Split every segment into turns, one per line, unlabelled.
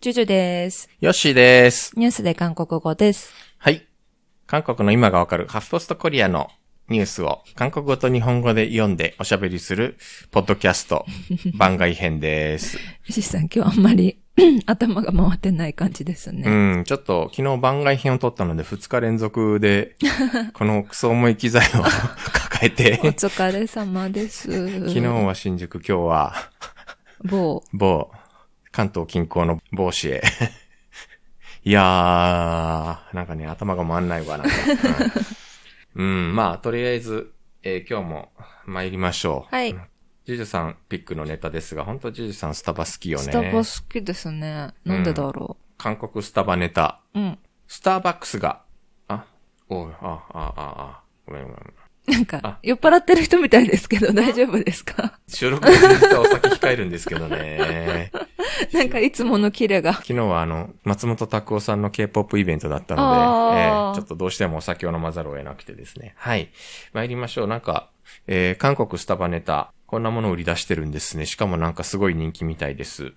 ジュジュです。
ヨッシーです。
ニュースで韓国語です。
はい。韓国の今がわかるハフポストコリアのニュースを韓国語と日本語で読んでおしゃべりするポッドキャスト番外編 です。
シさん、今日あんまり 頭が回ってない感じです
う
ね。
ん、ちょっと昨日番外編を撮ったので2日連続 でこのクソ重い機材を 抱え
お
て、
疲れ様です。昨
昨日は新宿、今日は
某、
某関東近郊の某市へ。 いやー、なんかね、頭が回んないわ、なんか。 うん、うんまあ、とりあえず、えー今日も参りましょう。
はい
うん。ジュジュさんピックのネタですが、本当ジュジュさんスタバ好きよね。
スタバ好きですね。なんでだろ
韓国スタバネタ。
う。うん。
スターバックスが、あ、おい、あ、あ、あ、あ、ごめんごめん。
なんか、酔っ払ってる人みたいですけど、大丈夫ですか
収録で実はお酒控えるんですけどね。
なんかいつものキレが。
昨日はあの、松本拓夫さんの K-POP イベントだったので、え
あー
ーちょっとどうしてもお酒を飲まざるを得なくてですね。はい。参りましょう。なんか、えー韓国スタバネタ、こんなものを売り出してるんですね。しかもなんかすごい人気みたいです。はい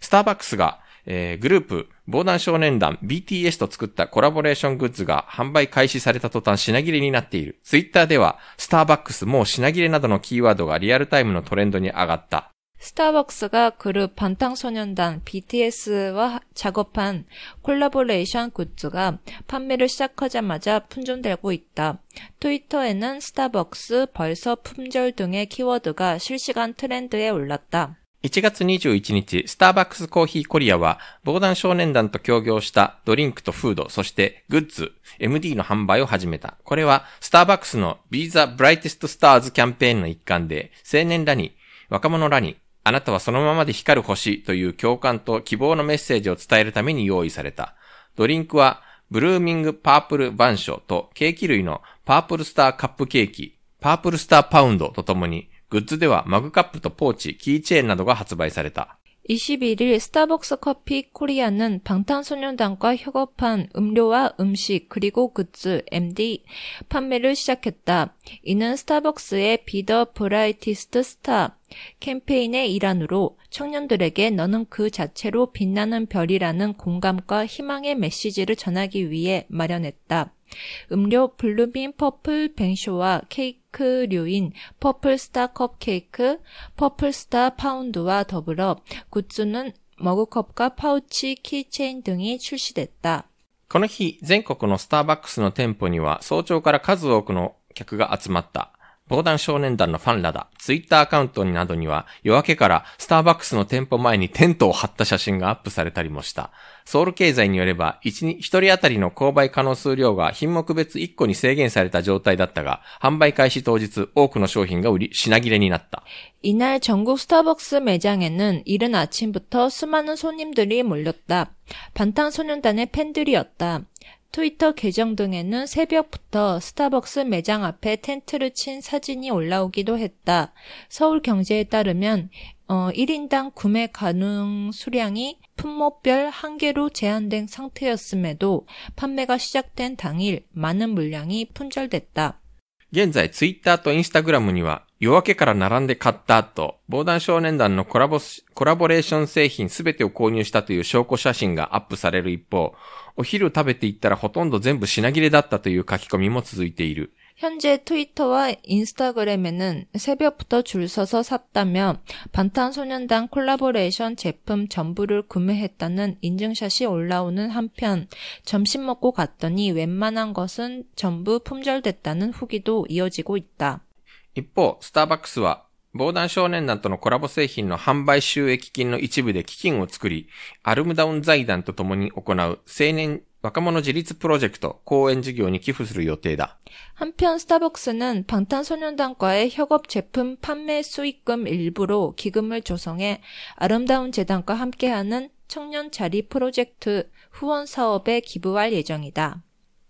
スターバックスが、えーグループ、防弾少年団 BTS と作ったコラボレーショングッズが販売開始された途端品切れになっている。ツイッターでは、スターバックスもう品切れなどのキーワードがリアルタイムのトレンドに上がった。
スターバックスが그룹 방탄소년단 BTS와 작업한 콜라보레이션 굿즈가 판매를 시작하자마자 품절되고 있다. 트위터에는 스타벅스, 벌써 품절 등의 키워드가 실시간 트렌드에 올랐다.
1月21日、スターバックスコーヒーコリアは、防弾少年団と協業したドリンクとフード、そしてグッズ、MD の販売を始めた。これは、スターバックスの Be the Brightest Stars キャンペーンの一環で、青年らに、若者らに、あなたはそのままで光る星という共感と希望のメッセージを伝えるために用意された。ドリンクは、ブルーミングパープルバンショとケーキ類のパープルスターカップケーキ、パープルスターパウンドとともに、グッズではマグカップとポーチ、キーチェーンなどが発売された。
21일 스타벅스 커피 코리아는 방탄소년단과 협업한 음료와 음식 그리고 굿즈 MD 판매를 시작했다. 이는 스타벅스의 비더 브라이티스트 스타 캠페인의 일환으로 청년들에게 너는 그 자체로 빛나는 별이라는 공감과 희망의 메시지를 전하기 위해 마련했다. 음료 블루빈 퍼플 뱅쇼와 케이크류인 퍼플스타 컵케이크, 퍼플스타 파운드와 더불어 굿즈는 머그컵과 파우치, 키체인 등이 출시됐다.
この日、全国のスターバックスの店舗には早朝から数多くの客が集まった。防弾少年団のファンらだ、ツイッターアカウントになどには、夜明けからスターバックスの店舗前にテントを張った写真がアップされたりもした。ソウル経済によれば、1に、1人当たりの購買可能数量が品目別1個に制限された状態だったが、販売開始当日、多くの商品が売り、品切れになった。
이날 전국 스타벅스 매장에는 이른 아침부터 수많은 손님들이 몰렸다. 방탄소년단의 팬들이었다. 트위터 계정 등에는 새벽부터 스타벅스 매장 앞에 텐트를 친 사진이 올라오기도 했다. 서울경제에 따르면 어, 1인당 구매 가능 수량이 품목별 한계로 제한된 상태였음에도 판매가 시작된 당일 많은 물량이 품절됐다.
現在、ツイッターとインスタグラムには、夜明けから並んで買ったと、防弾少年団のコラボし、コラボレーション製品すべてを購入したという証拠写真がアップされる一方、お昼食べていったらほとんど全部品切れだったという書き込みも続いている。
현재 트위터와 인스타그램에는 새벽부터 줄 서서 샀다며 방탄소년단 콜라보레이션 제품 전부를 구매했다는 인증샷이 올라오는 한편 점심 먹고 갔더니 웬만한 것은 전부 품절됐다는 후기도 이어지고 있다.
一方、スターバックスは、防弾少年団とのコラボ製品の販売収益金の一部で基金を作り、アルムダウン財団と共に行う青年若者自立プロジェクト公演事業に寄付する予定だ。
한편 스타벅스는 방탄소년단과의 협업 제품 판매 수익금 일부로 기금을 조성해 아름다운 재단과 함께하는 청년 자리 프로젝트 후원 사업에 기부할 예정이다.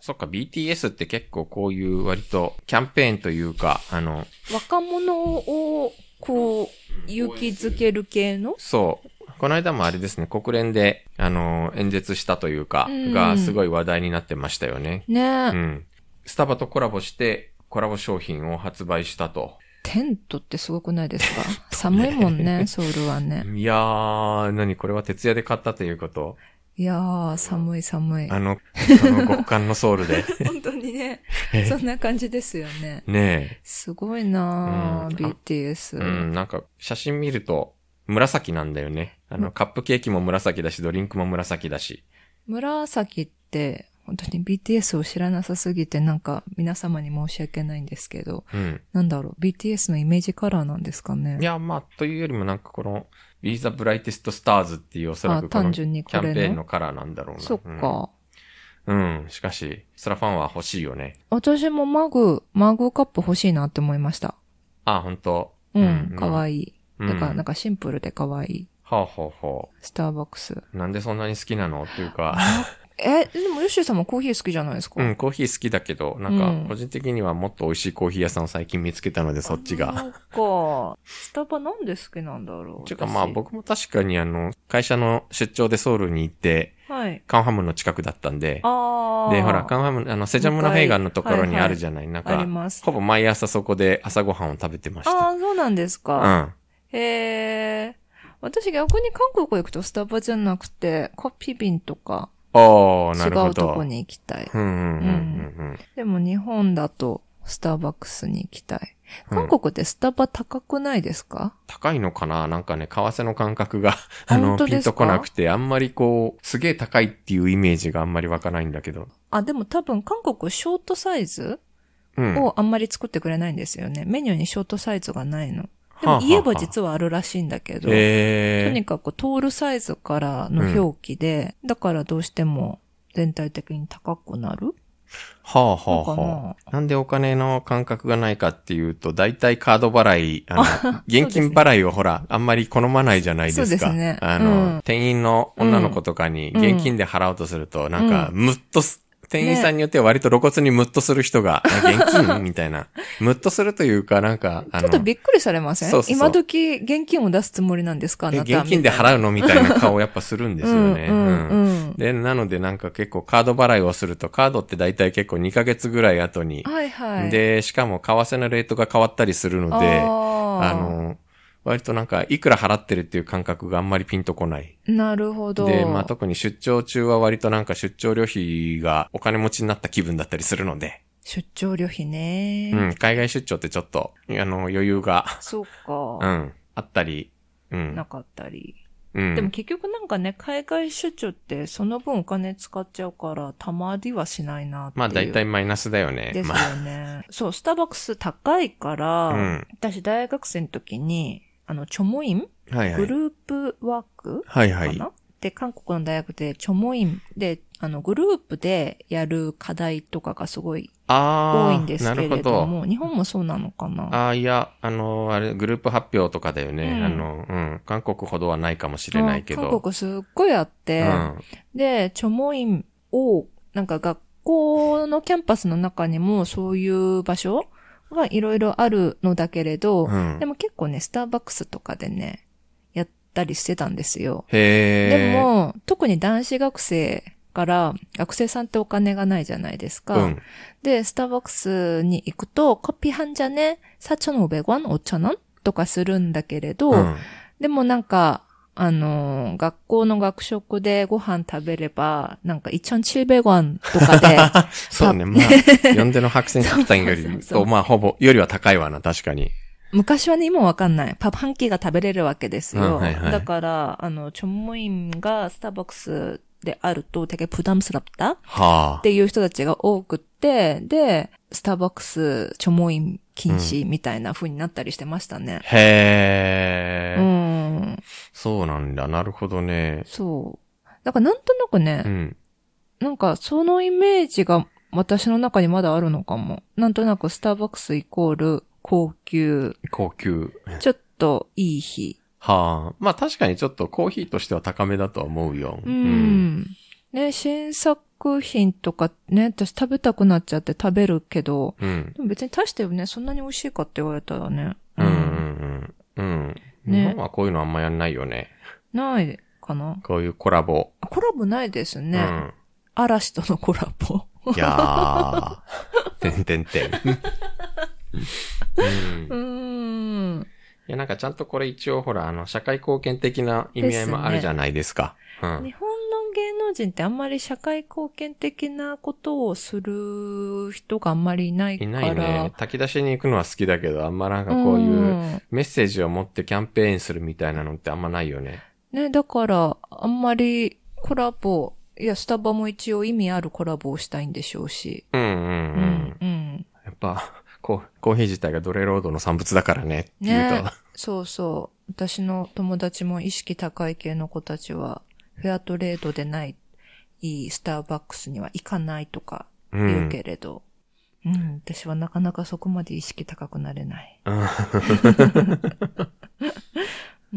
そっか、BTS って結構こういう割とキャンペーンというか、あの、
若者をこう勇気づける系の
そう、この間もあれですね、国連で、あの、演説したというか
うん、
がすごい話題になってましたよね。
ねえ、
うん。スタバとコラボして、コラボ商品を発売したと。
テントってすごくない ですか、寒いもんね、ソウルはね。
いやー、何これは徹夜で買ったということ
いやー、寒い 寒い。
あの、あの極寒のソウルで。
本当にね、 そんな感じですよね。
ね
すごいなー、
うん
BTS。
え。うん、なんか写真見ると紫なんだよね。あの、カップケーキも紫だし、ドリンクも紫だし。
紫って、本当に BTS を知らなさすぎて、なんか皆様に申し訳ないんですけど、
うん。
なんだろう、BTS のイメージカラーなんですかね
い。や、まあ、というよりもなんかこの、Be the Brightest Stars っていうおそら
あ
くこ
単
のキャ
純
ン
に
ペ
これの
ーンのカラーなんだろうな。
そっか。
うん。うん。しかし、スラファンは欲しいよね。
私もマグ、マグカップ欲しいなって思いました。
あ、本当
うん、か
い
わいい。
い
だから、
うん
なんかシンプルでかわいい。
はあ、ほうほ
スターバックス。
う。なんでそんなに好きなのっていう か、
え、でもヨッシーさんもコーヒー好きじゃないですか
うん、コーヒー好きだけど、な
うんん
か、個人的にはもっと美味しいコーヒー屋さんを最近見つけたので、そっち
あ
が。
そっか。スタバなんで好きなんだろう。
ちゅうか
私
まあ。僕も確かにあの、会社の出張でソウルに行って、
はい。
カンハムの近くだったんで、
ああ。
で、ほら、カンハム、あの、セジャムナヘイガンのところにあるじゃない、
あり
なんか、
ます。
ほぼ毎朝そこで朝ごはんを食べてまし
あ
た。
あ、そうなんです
う
か。
ん。
へえ。私逆に韓国行くとスタバじゃなくて、コピビンとか
おー、
違
なるほ
う
ど。
とこに行きたい。
うんうんうんうん
でも日本だとスターバックスに行きたい。
うん。うん
韓国ってスタバ高くないですか、
高いのかななんかね、為替の感 覚が、
あ
あの、
本当
ピ
で
ン
す
と
か
こなくて、あんまりこう、すげえ高いっていうイメージがあんまり湧かないんだけど。
あ、でも多分韓国ショートサイズ
うん。
をあんまり作ってくれないんですよね。メニューにショートサイズがないの。で
はあは
も
あ
言えば実はあるらしいんだけど、と
えー
にかくトールサイズからの表記で、だからどうしても全体的に高くなる
はあはあ
のかな
はあ。なんでお金の感覚がないかっていうと、大体カード払い、あの、現金払いをほら、あんまり好まないじゃないですか。
そうですね
あの、
うん
店員の女の子とかに
うん
現金で払おうとすると、なんか、
う
ムッとす、店員さんによっては割と露骨にムッとする人が、あ現金みたいな。 ムッとするというか、なんか、あ
ちょ
の
っと、びっくりされません
そうそうそ
今
う
時現金を出すつもりなんですかあ
え
なた
現金で払うのみたいな顔をやっぱするんですよね。
うん
うん
うんうん。
で、なのでなんか結構カード払いをすると、カードって大体結構2ヶ月ぐらい後に、
はいはい。
で、しかも為替のレートが変わったりするので、あ
あー
の、割となんか、いくら払ってるっていう感覚があんまりピンとこない。
なるほど。
で、まあ特に出張中は割となんか出張旅費がお金持ちになった気分だったりするので、
出張旅費ね。
うん、海外出張ってちょっと、あの、余裕が、
そう
う
か。
ん、あったり、うん
な、かったり。
うん。
でも結局なんかね、海外出張ってその分お金使っちゃうから、たまりはしないなっていう。
まあ大体マイナスだよね
で。す
まあ、
よね。そう、スターバックス高いから、
うん
私大学生の時に、あの、チョモイン
はいは
グ
い。
ループワーク
はいは
か
い
な、。で、韓国の大学でチョモインで、あの、グループでやる課題とかがすごい多い
あ
んで
あ、
す
な
け
るほ
れど
ど。
も、日本もそうなのかな
ああ、いや、あの、あれ、グループ発表とかだよね。
うん
あの、うん。韓国ほどはないかもしれないけど。
韓国すっごいあって、で、チョモインを、なんか学校のキャンパスの中にもそういう場所がいろいろあるのだけれど、
うん。うん
でも結構ね、スターバックスとかでね、やったりしてたんですよ。
へえ。
で、も、特に男子学生から、学生さんってお金がないじゃないですか。
うん。
で、スターバックスに行くと、コピー半잔ね、4,500원、5,000원とかするんだけれど、
うん
でもなんか、あのー学校の学食でご飯食べれば、なんか1,700원 とか で、
そうね、ま あ、呼んでの白線食パンよ
そうそう
り
そう
と、まあ、ほぼ、よりは高いわな、確かに。
昔はね、今わかんない。パパンキーが食べれるわけですよ。
うんはいはい
だから、あの、チョンモインがスターバックスであると、되게부담스럽다っ
はあ。
ていう人たちが多くって、で、スターバックス、チョンモイン禁止みたいな風になったりしてましたね。
へ
う
え。
ん。
そうなんだ、なるほどね。
そう。だからなんとなくね、
うん。
なんかそのイメージが私の中にまだあるのかも。なんとなくスターバックスイコール高級、
高級。
ちょっといい日。
はあ。まあ、確かにちょっとコーヒーとしては高めだとは思うよ。
う。ん。ね、新作品とかね、私食べたくなっちゃって食べるけど、
うん。
でも別に大してね、そんなに美味しいかって言われたらね。
うん。うん。うん。
ね
日本はこういうのあんまやんないよね。
ないかな。
こういうコラボ。
あコラボないです
う
ね。
ん。
嵐とのコラボ。
いやー。てんてんてん。うん
うーん。
いや、なんかちゃんとこれ一応ほら、あの、社会貢献的な意味合いもあるじゃないですか。うん。
日本の芸能人ってあんまり社会貢献的なことをする人があんまりいないから。
いないね。炊き出しに行くのは好きだけど、あんまなんかこういううんメッセージを持ってキャンペーンするみたいなのってあんまないよね。
ね、だから、あんまりコラボ、いや、スタバも一応意味あるコラボをしたいんでしょうし。
うんうん
う
うん。
うん。
やっぱ、こう、コーヒー自体が奴隷労働の産物だからね。っていう
ね
と。。
そうそう。私の友達も意識高い系の子たちは、フェアトレードでない、いいスターバックスには行かないとか
う。
言うんけれど、うん、私はなかなかそこまで意識高くなれない。
う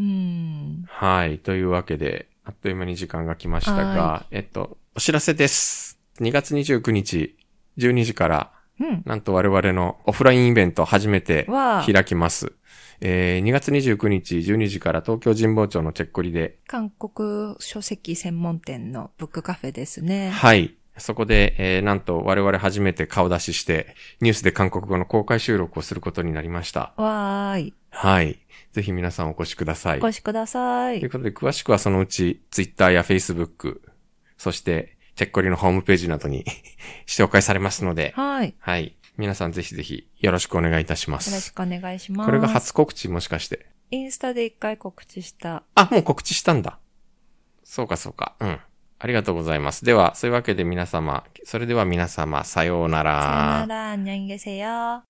う
ん
ん。
はい。というわけで、あっという間に時間が来ました
は
が、えっと、お知らせです。2月29日、12時から、
うん。
なんと我々のオフラインイベントを初めて
は、
開きます。えー、2月29日12時から東京神保町のチェッコリで、
韓国書籍専門店のブックカフェですね。
はい。そこで、えー、なんと我々初めて顔出しして、ニュースで韓国語の公開収録をすることになりました。
わーい。
はい。ぜひ皆さんお越しください。
お越しください
という。ことで、詳しくはそのうち、Twitter や Facebook、そして、チェッコリのホームページなどに 紹介されますので、
はい。
はい。皆さんぜひぜひ、よろしくお願いいたしま
よろし
す。
くお願いします。
これが初告知もしかして。
インスタで一回告知した。
あ、もう告知したんだ。そうかそうか。うん。ありがとうございます。では、そういうわけで皆様、それでは皆様、さようなら。
さよなら、にゃんげせよ。